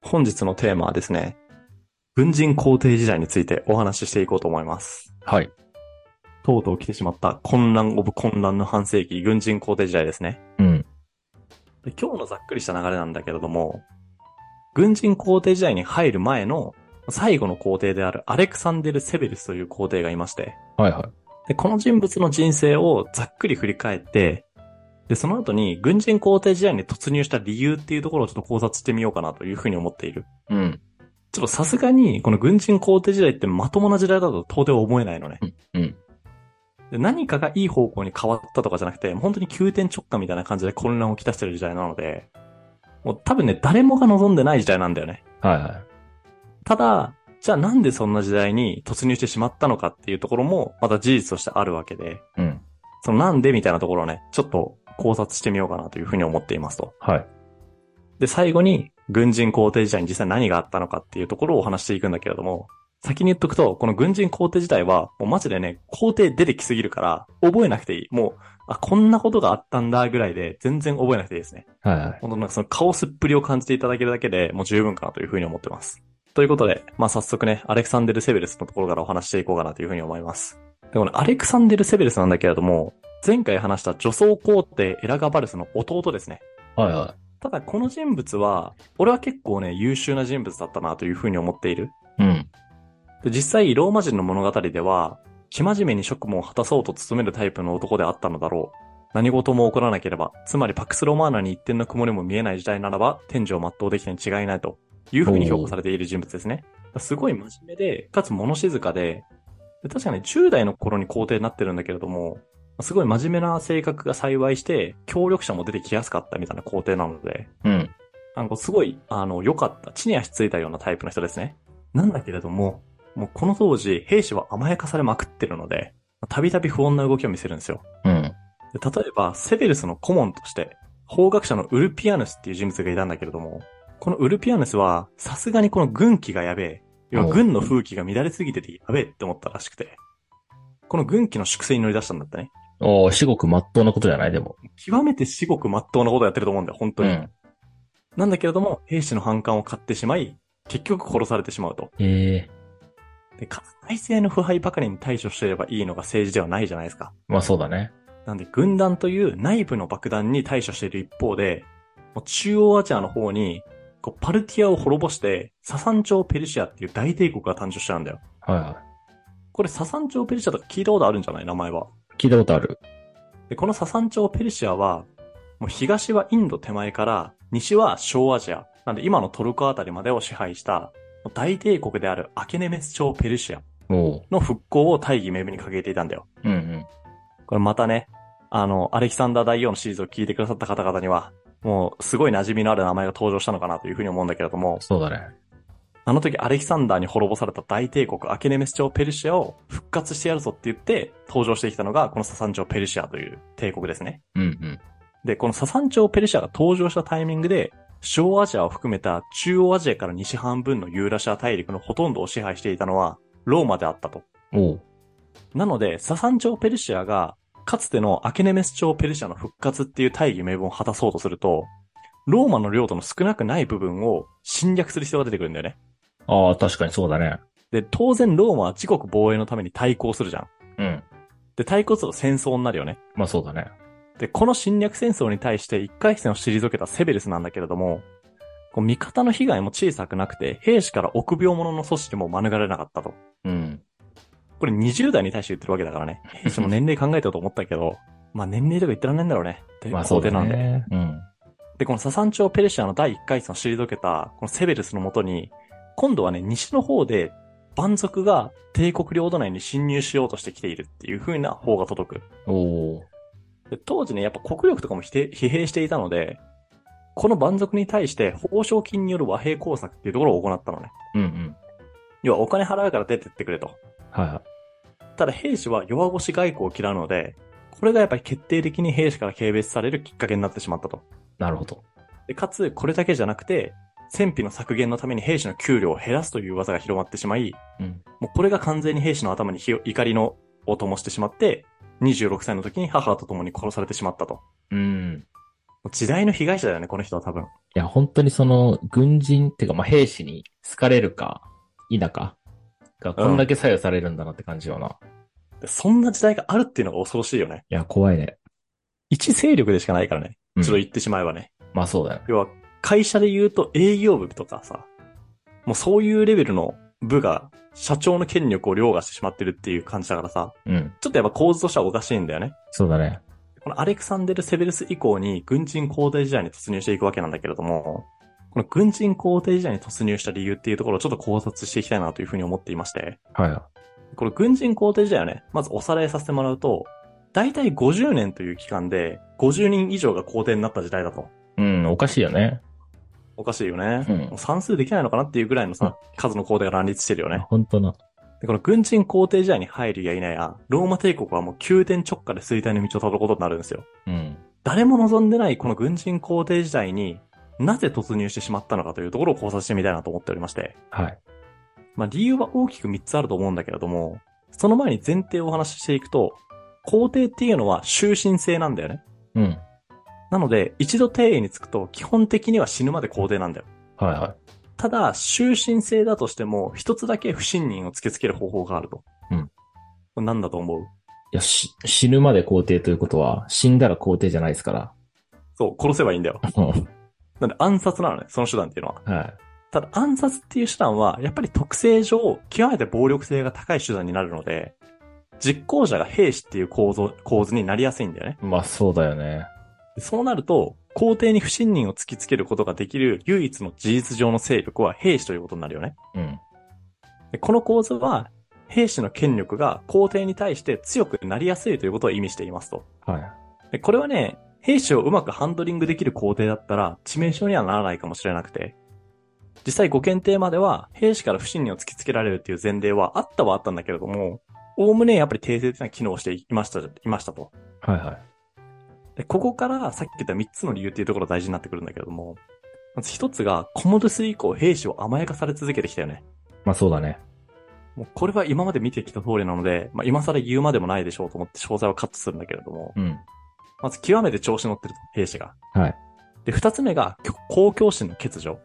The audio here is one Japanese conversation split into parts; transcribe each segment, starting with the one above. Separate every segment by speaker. Speaker 1: 本日のテーマはですね、軍人皇帝時代についてお話ししていこうと思います。
Speaker 2: はい。
Speaker 1: とうとう来てしまった混乱オブ混乱の半世紀、軍人皇帝時代ですね。
Speaker 2: うん。
Speaker 1: で今日のざっくりした流れなんだけれども、軍人皇帝時代に入る前の最後の皇帝であるアレクサンデル・セベルスという皇帝がいまして、
Speaker 2: はいは
Speaker 1: で、この人物の人生をざっくり振り返って、で、その後に軍人皇帝時代に突入した理由っていうところをちょっと考察してみようかなというふうに思っている。
Speaker 2: い。うん。
Speaker 1: ちょっとさすがに、この軍人皇帝時代ってまともな時代だと到底思えないのね。
Speaker 2: うん。
Speaker 1: で何かがいい方向に変わったとかじゃなくて、本当に急転直下みたいな感じで混乱をきたしてる時代なので、もう多分ね、誰もが望んでない時代なんだよね。
Speaker 2: はいは
Speaker 1: ただ、じゃあなんでそんな時代に突入してしまったのかっていうところも、また事実としてあるわけで、
Speaker 2: い。うん。
Speaker 1: そのなんでみたいなところをね、ちょっと考察してみようかなというふうに思っていますと。
Speaker 2: はい。
Speaker 1: で、最後に、軍人皇帝時代に実際何があったのかっていうところをお話していくんだけれども、先に言っとくと、この軍人皇帝時代は、もうマジでね、皇帝出てきすぎるから、覚えなくていい。もう、あ、こんなことがあったんだぐらいで、全然覚えなくていいですね。
Speaker 2: はいはい。
Speaker 1: 本当なんかそのカオスっぷりを感じていただけるだけでもう十分かなというふうに思ってます。ということで、まあ早速ね、アレクサンデル・セベルスのところからお話ししていこうかなというふうに思います。で、このアレクサンデル・セベルスなんだけれども、前回話した女装皇帝エラガバルスの弟ですね。
Speaker 2: はいは
Speaker 1: ただこの人物は、俺は結構ね、優秀な人物だったなというふうに思っている。
Speaker 2: い。うん。
Speaker 1: で実際、ローマ人の物語では、生真面目に職務を果たそうと努めるタイプの男であったのだろう。何事も起こらなければ、つまりパクスロマーナに一点の曇りも見えない時代ならば、天井を全うできたに違いないというふうに評価されている人物ですね。すごい真面目で、かつ物静かで、で確かに10代の頃に皇帝になってるんだけれども、すごい真面目な性格が幸いして、協力者も出てきやすかったみたいな皇帝なので、
Speaker 2: うん。
Speaker 1: なんかすごい、あの、良かった。地に足ついたようなタイプの人ですね。なんだけれども、もうこの当時、兵士は甘やかされまくってるので、たびたび不穏な動きを見せるんですよ。
Speaker 2: うん。
Speaker 1: で例えば、セベルスの顧問として、法学者のウルピアヌスっていう人物がいたんだけれども、このウルピアヌスは、さすがにこの軍紀がやべえ。要は
Speaker 2: おう
Speaker 1: 軍の風紀が乱れすぎててやべえって思ったらしくて、この軍紀の粛清に乗り出したんだったね。
Speaker 2: おー、至極真っ当なことじゃないでも。
Speaker 1: 極めて至極真っ当なことをやってると思うんだよ、本当
Speaker 2: う
Speaker 1: に。
Speaker 2: ん。
Speaker 1: なんだけれども、兵士の反感を買ってしまい、結局殺されてしまうと。
Speaker 2: ええ。
Speaker 1: で、かつ体制の腐敗ばかりに対処していればいいのが政治ではないじゃないですか。
Speaker 2: まあそうだね。
Speaker 1: なんで、軍団という内部の爆弾に対処している一方で、もう中央アジアの方に、こう、パルティアを滅ぼして、ササン朝ペルシアっていう大帝国が誕生しちゃうんだよ。
Speaker 2: はいは
Speaker 1: これ、ササン朝ペルシアとか聞いたことあるんじゃない名前は。
Speaker 2: い。聞いたことある。
Speaker 1: で、このササン朝ペルシアは、もう東はインド手前から、西は小アジア。なんで今のトルコあたりまでを支配した、もう大帝国であるアケネメス朝ペルシア
Speaker 2: おー。
Speaker 1: の復興を大義名分に掲げていたんだよ。
Speaker 2: うんうん。
Speaker 1: これまたね、あの、アレキサンダー大王のシリーズを聞いてくださった方々には、もうすごい馴染みのある名前が登場したのかなというふうに思うんだけれども、
Speaker 2: そうだね。
Speaker 1: あの時アレキサンダーに滅ぼされた大帝国アケネメス朝ペルシアを復活してやるぞって言って登場してきたのがこのササン朝ペルシアという帝国ですね。
Speaker 2: うんうん。
Speaker 1: で、このササン朝ペルシアが登場したタイミングで、小アジアを含めた中央アジアから西半分のユーラシア大陸のほとんどを支配していたのはローマであったと。
Speaker 2: おー。
Speaker 1: なので、ササン朝ペルシアが、かつてのアケネメス朝ペルシアの復活っていう大義名分を果たそうとすると、ローマの領土の少なくない部分を侵略する必要が出てくるんだよね。
Speaker 2: ああ、確かにそうだね。
Speaker 1: で、当然ローマは自国防衛のために対抗するじゃん。
Speaker 2: うん。
Speaker 1: で、対抗すると戦争になるよね。
Speaker 2: まあそうだね。
Speaker 1: で、この侵略戦争に対して一回戦を退けたセベルスなんだけれども、こう味方の被害も小さくなくて、兵士から臆病者の組織も免れなかったと。
Speaker 2: うん。
Speaker 1: これ20代に対して言ってるわけだからね。兵士も年齢考えたと思ったけど、 まあ年齢とか言ってらんないんだろうね。って
Speaker 2: まあそうだ
Speaker 1: なんで。
Speaker 2: ね。うん。
Speaker 1: で、このササン朝ペルシアの第1回戦を退けた、このセベルスのもとに、今度はね、西の方で、蛮族が帝国領土内に侵入しようとしてきているっていう風な方が届く。
Speaker 2: おー。
Speaker 1: で当時ね、やっぱ国力とかも否定疲弊していたので、この蛮族に対して報奨金による和平工作っていうところを行ったのね。
Speaker 2: うんうん。
Speaker 1: 要はお金払うから出てってくれと。
Speaker 2: はいはい。
Speaker 1: ただ兵士は弱腰外交を嫌うので、これがやっぱり決定的に兵士から軽蔑されるきっかけになってしまったと。
Speaker 2: なるほど。
Speaker 1: でかつ、これだけじゃなくて、戦費の削減のために兵士の給料を減らすという技が広まってしまい、
Speaker 2: うん。
Speaker 1: もうこれが完全に兵士の頭に火を怒りのを灯してしまって、26歳の時に母と共に殺されてしまったと。
Speaker 2: うん。
Speaker 1: 時代の被害者だよね、この人は多分。
Speaker 2: いや、本当にその、軍人っていうか、まあ、兵士に好かれるか、否か、がこんだけ左右されるんだなって感じよな。い
Speaker 1: でそんな時代があるっていうのが恐ろしいよね。
Speaker 2: や、怖いね。
Speaker 1: 一勢力でしかないからね。
Speaker 2: うん
Speaker 1: ちょっと言ってしまえばね。
Speaker 2: まあそうだよね。
Speaker 1: 要は、会社で言うと営業部とかさ、もうそういうレベルの部が社長の権力を凌駕してしまってるっていう感じだからさ、
Speaker 2: うん。
Speaker 1: ちょっとやっぱ構図としてはおかしいんだよね。
Speaker 2: そうだね。
Speaker 1: このアレクサンデル・セベルス以降に軍人皇帝時代に突入していくわけなんだけれども、この軍人皇帝時代に突入した理由っていうところをちょっと考察していきたいなというふうに思っていまして、
Speaker 2: はい。
Speaker 1: この軍人皇帝時代をね、まずおさらいさせてもらうと、大体50年という期間で50人以上が皇帝になった時代だと。
Speaker 2: うん、おかしいよね。
Speaker 1: おかしいよね。
Speaker 2: うん
Speaker 1: もう算数できないのかなっていうぐらいのさ、数の皇帝が乱立してるよね。
Speaker 2: 本当な。
Speaker 1: で、この軍人皇帝時代に入るや否や、ローマ帝国はもう宮殿直下で衰退の道をたどることになるんですよ。
Speaker 2: うん。
Speaker 1: 誰も望んでないこの軍人皇帝時代になぜ突入してしまったのかというところを考察してみたいなと思っておりまして。
Speaker 2: はい。
Speaker 1: まあ理由は大きく3つあると思うんだけれども、その前に前提をお話ししていくと、皇帝っていうのは終身制なんだよね。
Speaker 2: うん。
Speaker 1: なので、一度帝位につくと基本的には死ぬまで皇帝なんだよ。
Speaker 2: はいは
Speaker 1: ただ、終身制だとしても、一つだけ不信任を突きつける方法があると。
Speaker 2: うん。
Speaker 1: これ何だと思う
Speaker 2: い。いや、し、死ぬまで皇帝ということは、死んだら皇帝じゃないですから。
Speaker 1: そう、殺せばいいんだよ。
Speaker 2: うん
Speaker 1: なんで暗殺なのね、その手段っていうのは。
Speaker 2: はい。
Speaker 1: ただ暗殺っていう手段は、やっぱり特性上、極めて暴力性が高い手段になるので、実行者が兵士っていう構造、構図になりやすいんだよね。
Speaker 2: まあそうだよね。
Speaker 1: でそうなると、皇帝に不信任を突きつけることができる唯一の事実上の勢力は兵士ということになるよね。
Speaker 2: うん。
Speaker 1: でこの構図は、兵士の権力が皇帝に対して強くなりやすいということを意味していますと。
Speaker 2: はい。
Speaker 1: でこれはね、兵士をうまくハンドリングできる皇帝だったら、致命傷にはならないかもしれなくて、実際ご検定までは、兵士から不信任を突きつけられるっていう前例はあったはあったんだけれども、おおむねやっぱり訂正っていうのは機能していました、いましたと。
Speaker 2: はいはい。
Speaker 1: で、ここからさっき言った3つの理由っていうところが大事になってくるんだけれども、まず1つが、コモドゥス以降兵士を甘やかされ続けてきたよね。
Speaker 2: まあそうだね。
Speaker 1: もうこれは今まで見てきた通りなので、まあ今更言うまでもないでしょうと思って詳細はカットするんだけれども、
Speaker 2: うん。
Speaker 1: まず極めて調子乗ってると、兵士が。
Speaker 2: はい。
Speaker 1: で、二つ目が、きょ公共心の欠如。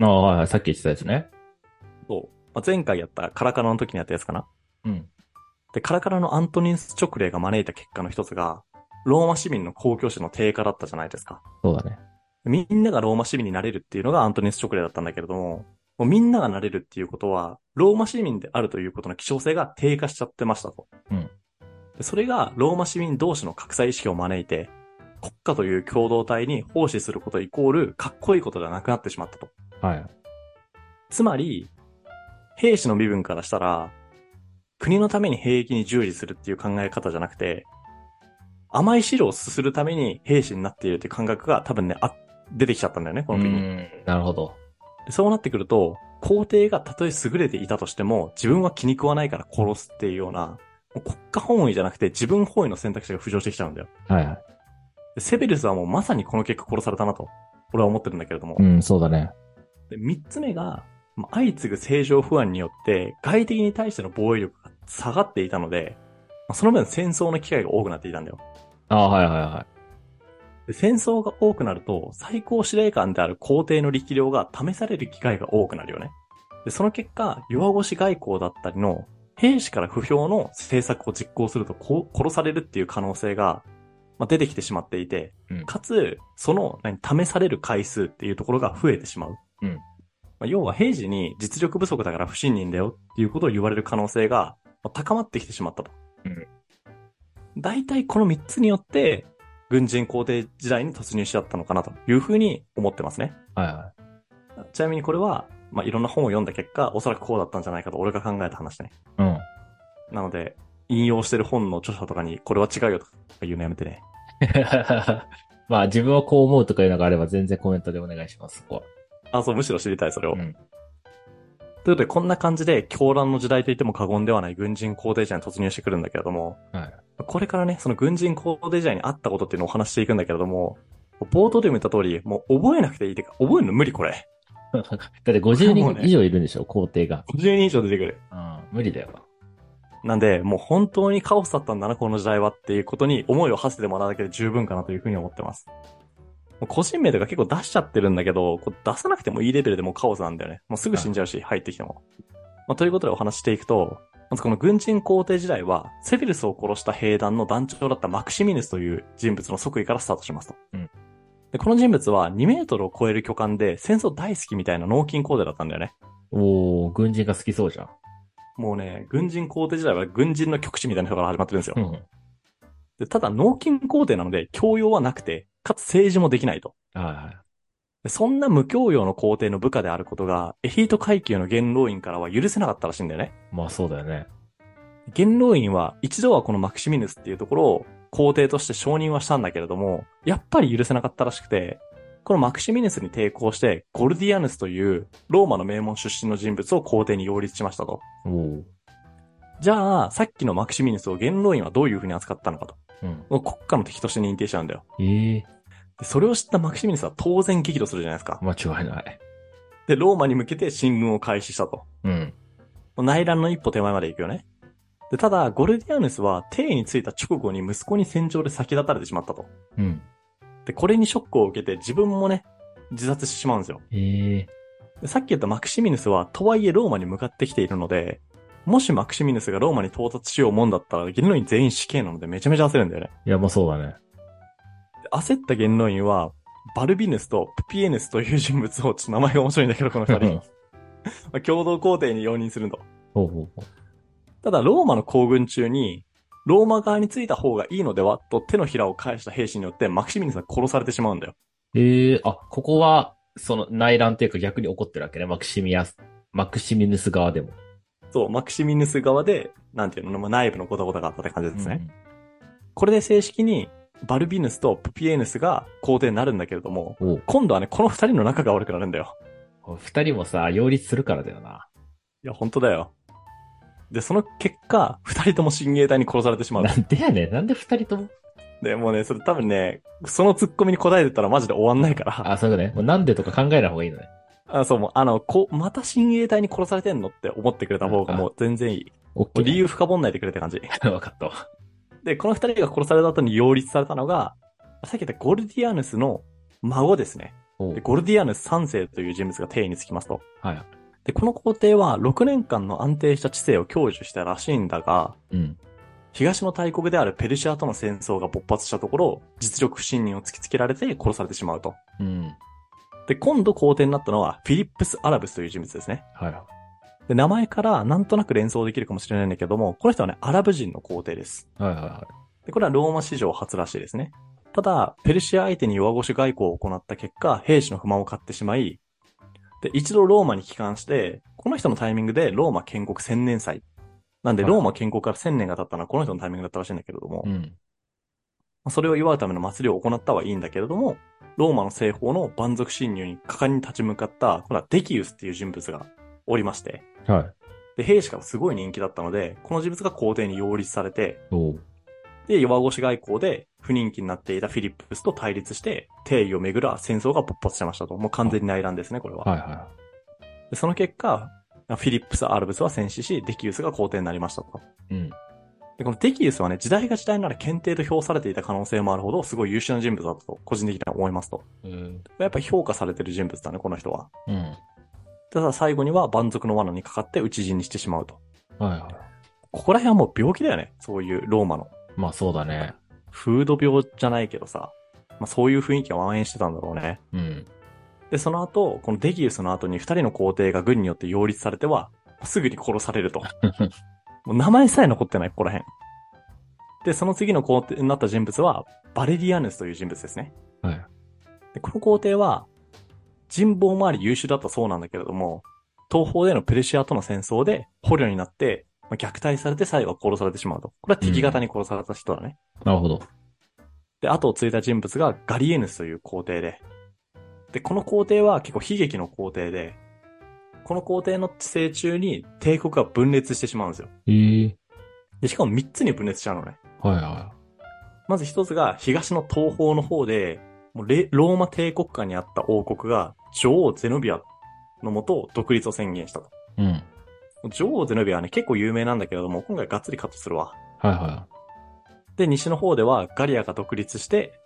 Speaker 2: ああ、はいはい。さっき言ってたやつね。
Speaker 1: そう。まあ、前回やったカラカラの時にやったやつかな。
Speaker 2: うん。
Speaker 1: で、カラカラのアントニンス直令が招いた結果の一つが、ローマ市民の公共心の低下だったじゃないですか。
Speaker 2: そうだね。
Speaker 1: みんながローマ市民になれるっていうのがアントニンス直令だったんだけれども、もうみんながなれるっていうことは、ローマ市民であるということの希少性が低下しちゃってましたと。
Speaker 2: うん
Speaker 1: でそれがローマ市民同士の格差意識を招いて、国家という共同体に奉仕することイコール、かっこいいことではなくなってしまったと。
Speaker 2: はい。
Speaker 1: つまり、兵士の身分からしたら、国のために兵役に従事するっていう考え方じゃなくて、甘い汁をすするために兵士になっているっていう感覚が多分ね、あ、出てきちゃったんだよね、こ
Speaker 2: う
Speaker 1: の国に。
Speaker 2: ん。なるほど。
Speaker 1: でそうなってくると、皇帝がたとえ優れていたとしても、自分は気に食わないから殺すっていうような、もう国家本位じゃなくて自分本位の選択肢が浮上してきちゃうんだよ。
Speaker 2: はいはい。
Speaker 1: でセベルスはもうまさにこの結果殺されたなと、俺は思ってるんだけれども。
Speaker 2: うん、そうだね。
Speaker 1: で、三つ目が、まあ相次ぐ正常不安によって、外敵に対しての防衛力が下がっていたので、まあその分戦争の機会が多くなっていたんだよ。
Speaker 2: ああ、はいはいは
Speaker 1: で戦争が多くなると、最高司令官である皇帝の力量が試される機会が多くなるよね。で、その結果、弱腰外交だったりの、兵士から不評の政策を実行するとこう殺されるっていう可能性が、まあ、出てきてしまっていて、
Speaker 2: うん
Speaker 1: かつ、その、何、試される回数っていうところが増えてしまう。
Speaker 2: うん
Speaker 1: まあ、要は兵士に実力不足だから不信任だよっていうことを言われる可能性がまあ高まってきてしまったと。
Speaker 2: うん
Speaker 1: 大体この3つによって、軍人皇帝時代に突入しちゃったのかなというふうに思ってますね。
Speaker 2: い。はいはい。
Speaker 1: ちなみにこれは、まあ、いろんな本を読んだ結果、おそらくこうだったんじゃないかと俺が考えた話ね。
Speaker 2: うん。
Speaker 1: なので、引用してる本の著者とかに、これは違うよとか言うのやめてね。
Speaker 2: まあ自分はこう思うとかいうのがあれば全然コメントでお願いします、そこは。
Speaker 1: あ、そう、むしろ知りたい、それを。
Speaker 2: うん
Speaker 1: ということで、こんな感じで、狂乱の時代と言っても過言ではない軍人皇帝時代に突入してくるんだけれども、
Speaker 2: はい
Speaker 1: これからね、その軍人皇帝時代にあったことっていうのをお話していくんだけれども、冒頭でも言った通り、もう覚えなくていいってか、覚えるの無理こ れ。
Speaker 2: だって50人以上いるんでしょ、皇帝が。
Speaker 1: 50人以上出てくる。
Speaker 2: うん、無理だよ。
Speaker 1: なんで、もう本当にカオスだったんだな、この時代はっていうことに思いを馳せてもらうだけで十分かなというふうに思ってます。もう個人名とか結構出しちゃってるんだけど、こう出さなくてもいいレベルでもうカオスなんだよね。もうすぐ死んじゃうし、入ってきても。まあ、ということでお話ししていくと、まずこの軍人皇帝時代は、セフィルスを殺した兵団の団長だったマクシミヌスという人物の即位からスタートしますと。
Speaker 2: うん
Speaker 1: でこの人物は2メートルを超える巨漢で戦争大好きみたいな脳筋皇帝だったんだよね。
Speaker 2: おー、軍人が好きそうじゃん。
Speaker 1: もうね、軍人皇帝時代は軍人の極致みたいな人から始まってるんですよ。
Speaker 2: うん。
Speaker 1: でただ、脳筋皇帝なので教養はなくて、かつ政治もできないと。
Speaker 2: はいはい。
Speaker 1: でそんな無教養の皇帝の部下であることが、エヒート階級の元老院からは許せなかったらしいんだよね。
Speaker 2: まあそうだよね。
Speaker 1: 元老院は一度はこのマクシミヌスっていうところを皇帝として承認はしたんだけれども、やっぱり許せなかったらしくて、このマクシミヌスに抵抗して、ゴルディアヌスというローマの名門出身の人物を皇帝に擁立しましたと。
Speaker 2: おー。
Speaker 1: じゃあ、さっきのマクシミヌスを元老院はどういう風に扱ったのかと。
Speaker 2: うん。
Speaker 1: 国家の敵として認定しちゃうんだよ。
Speaker 2: ええ
Speaker 1: でそれを知ったマクシミヌスは当然激怒するじゃないですか。
Speaker 2: 間違いない。
Speaker 1: で、ローマに向けて進軍を開始したと。
Speaker 2: うん。
Speaker 1: 内乱の一歩手前まで行くよね。で、ただ、ゴルディアヌスは帝についた直後に息子に戦場で先立たれてしまったと。
Speaker 2: うん。
Speaker 1: で、これにショックを受けて自分もね、自殺してしまうんですよ。
Speaker 2: ええ
Speaker 1: でさっき言ったマクシミヌスは、とはいえローマに向かってきているので、もしマクシミヌスがローマに到達しようもんだったら、元老院全員死刑なのでめちゃめちゃ焦るんだよね。
Speaker 2: いや、まあそうだね。
Speaker 1: で焦った元老院は、バルビヌスとプピエヌスという人物を、ちょっと名前が面白いんだけど、この二 人。まあ共同皇帝に容認すると。
Speaker 2: ほうほうほう。
Speaker 1: ただ、ローマの行軍中に、ローマ側についた方がいいのではと手のひらを返した兵士によってマクシミヌスは殺されてしまうんだよ。
Speaker 2: ええあ、ここは、その内乱っていうか逆に起こってるわけね。マクシミアス、マクシミヌス側でも。
Speaker 1: そう、マクシミヌス側で、なんていうの、まあ内部のゴタゴタがあったって感じですね。
Speaker 2: うん
Speaker 1: これで正式に、バルビヌスとプピエヌスが皇帝になるんだけれども、
Speaker 2: おう
Speaker 1: 今度はね、この二人の仲が悪くなるんだよ。
Speaker 2: 二人もさ、擁立するからだよな。
Speaker 1: いや、本当だよ。で、その結果、二人とも親衛隊に殺されてしまう
Speaker 2: な。んでやねん。なんで二人とも。
Speaker 1: で、もうね、それ多分ね、そのツッコミに答えてたらマジで終わんないから。
Speaker 2: あ、そういうことね。もうなんでとか考えない方がいいのね。
Speaker 1: あ、そう、もう、あの、こ、また親衛隊に殺されてんのって思ってくれた方がもう全然いい。
Speaker 2: おっ
Speaker 1: もう理
Speaker 2: 由。
Speaker 1: 由深掘んないでくれって感じ。
Speaker 2: わかったわ。
Speaker 1: で、この二人が殺された後に擁立されたのが、さっき言ったゴルディアヌスの孫ですね。
Speaker 2: お
Speaker 1: で、
Speaker 2: う
Speaker 1: ゴルディアヌス3世という人物が帝位につきますと。
Speaker 2: はい。
Speaker 1: で、この皇帝は6年間の安定した知性を享受したらしいんだが、
Speaker 2: うん。
Speaker 1: 東の大国であるペルシアとの戦争が勃発したところ、実力不信任を突きつけられて殺されてしまうと。
Speaker 2: うん。
Speaker 1: で、今度皇帝になったのはフィリップス・アラブスという人物ですね。
Speaker 2: はいは
Speaker 1: で、名前からなんとなく連想できるかもしれないんだけども、この人はね、アラブ人の皇帝です。
Speaker 2: い。はいはいは
Speaker 1: で、これはローマ史上初らしいですね。ただ、ペルシア相手に弱腰外交を行った結果、兵士の不満を買ってしまい、で、一度ローマに帰還して、この人のタイミングでローマ建国千年祭。なんで、
Speaker 2: はい
Speaker 1: ローマ建国から千年が経ったのはこの人のタイミングだったらしいんだけれども、
Speaker 2: い。うん。
Speaker 1: まあそれを祝うための祭りを行ったはいいんだけれども、ローマの西方の蛮族侵入に果敢に立ち向かった、これはデキウスっていう人物がおりまして、
Speaker 2: はい。
Speaker 1: で、兵士からすごい人気だったので、この人物が皇帝に擁立されて、
Speaker 2: おう
Speaker 1: で、弱腰外交で不人気になっていたフィリップスと対立して、帝位をめぐる戦争が勃発しましたと。もう完全に内乱ですね、これは。
Speaker 2: はいは
Speaker 1: でその結果、フィリップス・アルブスは戦死し、デキウスが皇帝になりましたと。
Speaker 2: い。うん。
Speaker 1: で、このデキウスはね、時代が時代なら検定と評されていた可能性もあるほど、すごい優秀な人物だったと、個人的には思いますと。
Speaker 2: うん。
Speaker 1: やっぱ評価されてる人物だね、この人は。
Speaker 2: うん。
Speaker 1: ただ最後には蛮族の罠にかかって討ち死にしてしまうと。
Speaker 2: はいは
Speaker 1: ここら辺はもう病気だよね、そういうローマの。
Speaker 2: い。まあそうだね。
Speaker 1: フード病じゃないけどさ、まあ、そういう雰囲気が蔓延してたんだろうね。
Speaker 2: うん。
Speaker 1: で、その後、このデギウスの後に二人の皇帝が軍によって擁立されては、すぐに殺されると。もう名前さえ残ってない、ここら辺。で、その次の皇帝になった人物は、バレリアヌスという人物ですね。
Speaker 2: はい。
Speaker 1: で、この皇帝は、人望周り優秀だったそうなんだけれども、東方でのペルシアとの戦争で捕虜になって、まあ虐待されて最後は殺されてしまうと。これは敵方に殺された人だね。
Speaker 2: なるほど。
Speaker 1: で、後を継いだ人物がガリエヌスという皇帝で。で、この皇帝は結構悲劇の皇帝で、この皇帝の治世中に帝国が分裂してしまうんですよ。
Speaker 2: ええ
Speaker 1: で、しかも3つに分裂しちゃうのね。
Speaker 2: はいは
Speaker 1: まず1つが東の東方の方で、もうレローマ帝国下にあった王国が女王ゼノビアのもと独立を宣言したと。
Speaker 2: い。うん。はい
Speaker 1: 女王ゼノビアはね、結構有名なんだけれども、今回がっつりカットするわ。
Speaker 2: は
Speaker 1: で、西の方ではガリアが独立して、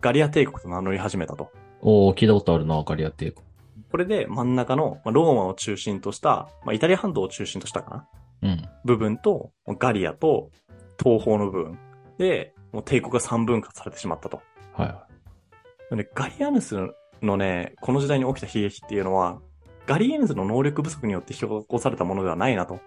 Speaker 1: ガリア帝国と名乗り始めたと。
Speaker 2: おー、聞いたことあるな、ガリア帝国。
Speaker 1: これで真ん中の、まあ、ローマを中心とした、まあ、イタリア半島を中心としたかな
Speaker 2: うん。
Speaker 1: 部分と、ガリアと東方の部分で、もう帝国が三分割されてしまったと。
Speaker 2: はいは
Speaker 1: でガリアヌスのね、この時代に起きた悲劇っていうのは、ガリアヌスの能力不足によって引き起こされたものではないなと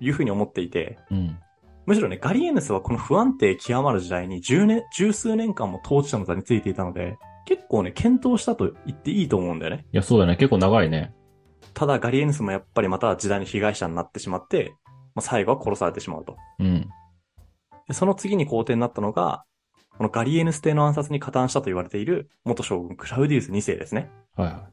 Speaker 1: いうふうに思っていて、
Speaker 2: い。うん。
Speaker 1: むしろね、ガリアヌスはこの不安定極まる時代に10年、十数年間も統治者の座についていたので、結構ね、検討したと言っていいと思うんだよね。
Speaker 2: いや、そうだね。結構長いね。
Speaker 1: ただガリアヌスもやっぱりまた時代の被害者になってしまって、まあ、最後は殺されてしまうと。
Speaker 2: うん。
Speaker 1: でその次に皇帝になったのが、このガリエヌス帝の暗殺に加担したと言われている元将軍クラウディウス2世ですね。
Speaker 2: はいは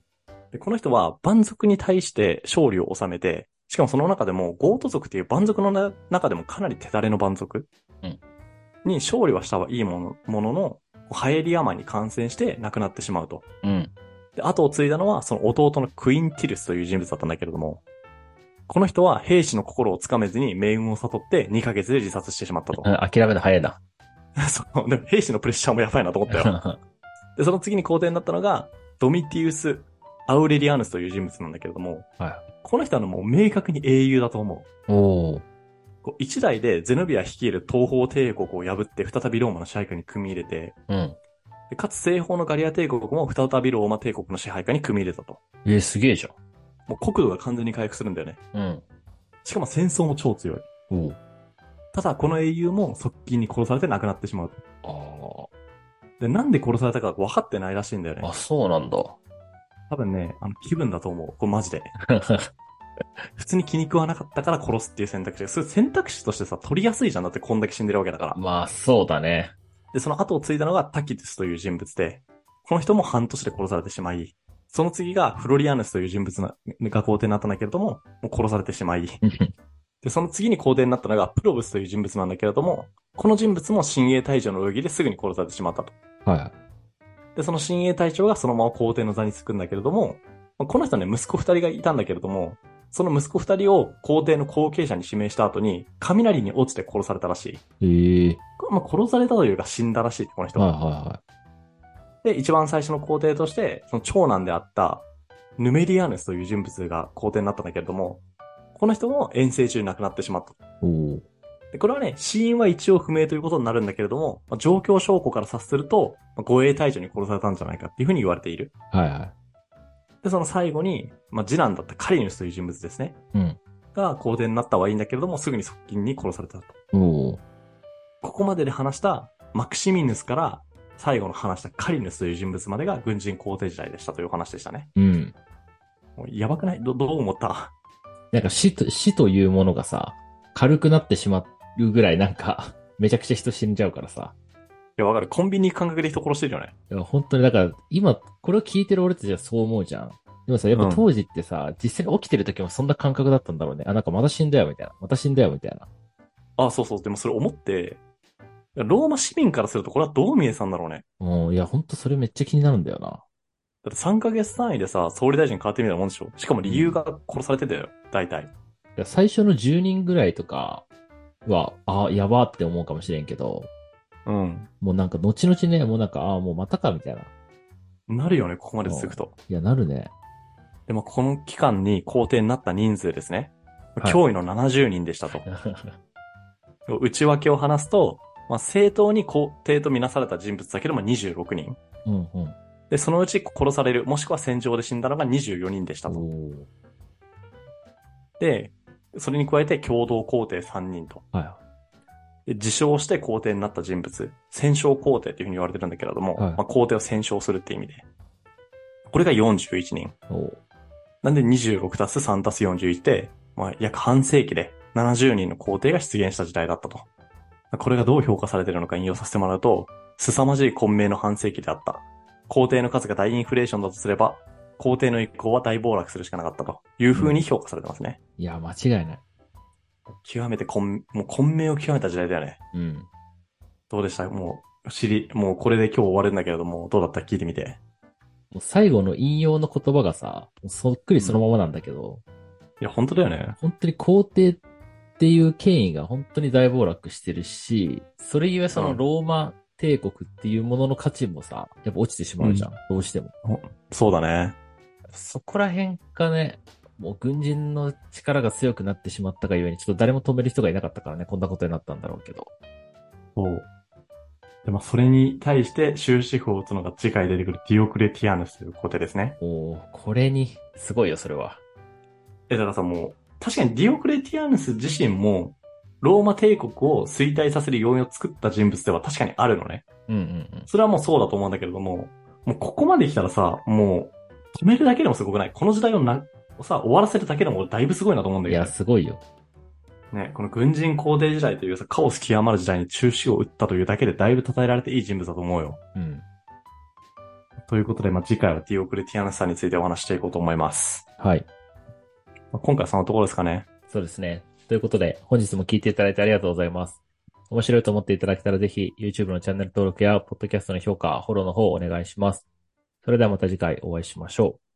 Speaker 1: でこの人は蛮族に対して勝利を収めて、しかもその中でもゴート族っていう蛮族のな中でもかなり手だれの蛮族
Speaker 2: うん
Speaker 1: に勝利はしたはいいものものの、ハエリアマンに感染して亡くなってしまうと。
Speaker 2: い。うん。
Speaker 1: で、後を継いだのはその弟のクインティルスという人物だったんだけれども、この人は兵士の心をつかめずに命運を悟って2ヶ月で自殺してしま ったと。
Speaker 2: あ諦めた早いな。
Speaker 1: そう。でも兵士のプレッシャーもやばいなと思っ たよ。で、その次に皇帝になったのが、ドミティウス・アウレリアヌスという人物なんだけれども、
Speaker 2: は
Speaker 1: この人はねもう明確に英雄だと思う。
Speaker 2: おー。
Speaker 1: こう一代でゼノビア率いる東方帝国を破って再びローマの支配下に組み入れて、
Speaker 2: うん。
Speaker 1: でかつ西方のガリア帝国も再びローマ帝国の支配下に組み入れたと。
Speaker 2: えー、すげえじ
Speaker 1: もう国土が完全に回復するんだよね。
Speaker 2: ゃん。
Speaker 1: しかも戦争も超強い。
Speaker 2: うん。おー。
Speaker 1: ただこの英雄も側近に殺されて亡くなってしまうと。
Speaker 2: あ
Speaker 1: で、なんで殺されたか分かってないらしいんだよ
Speaker 2: ー。
Speaker 1: ね
Speaker 2: あ、。そうなんだ。
Speaker 1: 多分ね、あの気分だと思う。これマジで。普通に気に食わなかったから殺すっていう選択肢が、それ選択肢としてさ、取りやすいじゃん。だってこんだけ死んでるわけだから。
Speaker 2: まあ、そうだね。
Speaker 1: で、その後を継いだのがタキティスという人物で、この人も半年で殺されてしまい、その次がフロリアヌスという人物なが皇帝になったんだけれども、もう殺されてしまい、で、その次に皇帝になったのがプロブスという人物なんだけれども、この人物も親衛隊長の泳ぎですぐに殺されてしまったと。
Speaker 2: は
Speaker 1: で、その親衛隊長がそのまま皇帝の座につくんだけれども、まあこの人はね、息子二人がいたんだけれども、その息子二人を皇帝の後継者に指名した後に、雷に落ちて殺されたらしい。
Speaker 2: い。ええ
Speaker 1: これまあ、殺されたというか死んだらしい、この人
Speaker 2: はい
Speaker 1: は。
Speaker 2: は
Speaker 1: で、一番最初の皇帝として、その長男であった、ヌメリアヌスという人物が皇帝になったんだけれども、この人も遠征中に亡くなってしまった。
Speaker 2: いはい。おー。
Speaker 1: でこれはね、死因は一応不明ということになるんだけれども、まあ状況証拠から察すると、まあ護衛隊長に殺されたんじゃないかっていうふうに言われている。
Speaker 2: はいは
Speaker 1: で、その最後に、まあ、次男だったカリヌスという人物ですね。
Speaker 2: うん
Speaker 1: が皇帝になったはいいんだけれども、すぐに側近に殺されたと。
Speaker 2: い。おー。
Speaker 1: ここまでで話したマクシミヌスから、最後の話したカリヌスという人物までが軍人皇帝時代でしたというお話でしたね。
Speaker 2: うん。
Speaker 1: もうやばくないど、どう思った
Speaker 2: なんか死と、死というものがさ、軽くなってしまうぐらいなんか、 めちゃくちゃ人死んじゃうからさ。
Speaker 1: いや、わかる。コンビニ行く感覚で人殺してるよね。
Speaker 2: いや本当に、だから、今、これを聞いてる俺たちはそう思うじゃん。でもさ、やっぱ当時ってさ、実際に起きてる時もそんな感覚だったんだろうね。あ、なんかまた死んだよ、みたいな。また死んだよ、みたいな。
Speaker 1: あ、そうそう。でもそれ思って、いやローマ市民からするとこれはどう見えてたんだろうね。
Speaker 2: もう、いや、ほんとそれめっちゃ気になるんだよな。
Speaker 1: だって3ヶ月単位でさ、総理大臣変わってみたいなもんでしょしかも理由が殺されてたよ。大体。
Speaker 2: いや最初の10人ぐらいとかは、あ、やばって思うかもしれんけど、
Speaker 1: うん。
Speaker 2: もうなんか後々ね、もうなんか、あもうまたか、みたいな。い
Speaker 1: なるよね、ここまで続くと。
Speaker 2: や、なる ね。
Speaker 1: で、まあ、この期間に皇帝になった人数ですね。
Speaker 2: はい
Speaker 1: 驚異の70人でしたと。内訳を話すと、まあ、正当に皇帝とみなされた人物だけでも26人。
Speaker 2: うんうん。
Speaker 1: で、そのうち殺される、もしくは戦場で死んだのが24人でしたと。
Speaker 2: おー
Speaker 1: で、それに加えて共同皇帝3人と。
Speaker 2: は
Speaker 1: で自称して皇帝になった人物、戦勝皇帝というふうに言われてるんだけれども、
Speaker 2: はい
Speaker 1: まあ、皇帝を戦勝するって意味で。これが41人。
Speaker 2: い。おー
Speaker 1: なんで26たす3たす41で、まあ、約半世紀で70人の皇帝が出現した時代だったと。これがどう評価されているのか引用させてもらうと、凄まじい混迷の半世紀であった。皇帝の数が大インフレーションだとすれば、皇帝の意向は大暴落するしかなかったという風に評価されてますね。
Speaker 2: いや、間違いない。
Speaker 1: 極めて混、もう混迷を極めた時代だよね。
Speaker 2: うん。
Speaker 1: どうでしたもう、知り、もうこれで今日終わるんだけれども、どうだった聞いてみて。
Speaker 2: もう最後の引用の言葉がさ、もうそっくりそのままなんだけど、
Speaker 1: いや、本当だよね。
Speaker 2: 本当に皇帝っていう権威が本当に大暴落してるし、それゆえそうの
Speaker 1: ん
Speaker 2: ローマ帝国っていうものの価値もさ、やっぱ落ちてしまうじゃん。どうしても。
Speaker 1: そうだね。
Speaker 2: そこら辺かね、もう軍人の力が強くなってしまったがゆえに、ちょっと誰も止める人がいなかったからね、こんなことになったんだろうけど。
Speaker 1: そう。で、まあ、それに対して終止符を打つのが次回出てくるディオクレティアヌスという皇帝ですね。
Speaker 2: おーこれに、すごいよ、それは。
Speaker 1: え、だからさ、もう、確かにディオクレティアヌス自身も、ローマ帝国を衰退させる要因を作った人物では確かにあるのね。
Speaker 2: うんうんうん。
Speaker 1: それはもうそうだと思うんだけれども、もうここまで来たらさ、もう、止めるだけでもすごくないこの時代をな、さ、終わらせるだけでもだいぶすごいなと思うんだ
Speaker 2: い
Speaker 1: けど
Speaker 2: や、。すごいよ。
Speaker 1: ね、この軍人皇帝時代というさ、カオス極まる時代に中止を打ったというだけでだいぶ称えられていい人物だと思うよ。
Speaker 2: うん。
Speaker 1: ということで、まあ、次回はディオクレティアヌスさんについてお話ししていこうと思います。
Speaker 2: はい。
Speaker 1: まあ、今回はそのところですかね。
Speaker 2: そうですね。ということで、本日も聞いていただいてありがとうございます。面白いと思っていただけたらぜひ、YouTube のチャンネル登録や、ポッドキャストの評価、フォローの方をお願いします。それではまた次回お会いしましょう。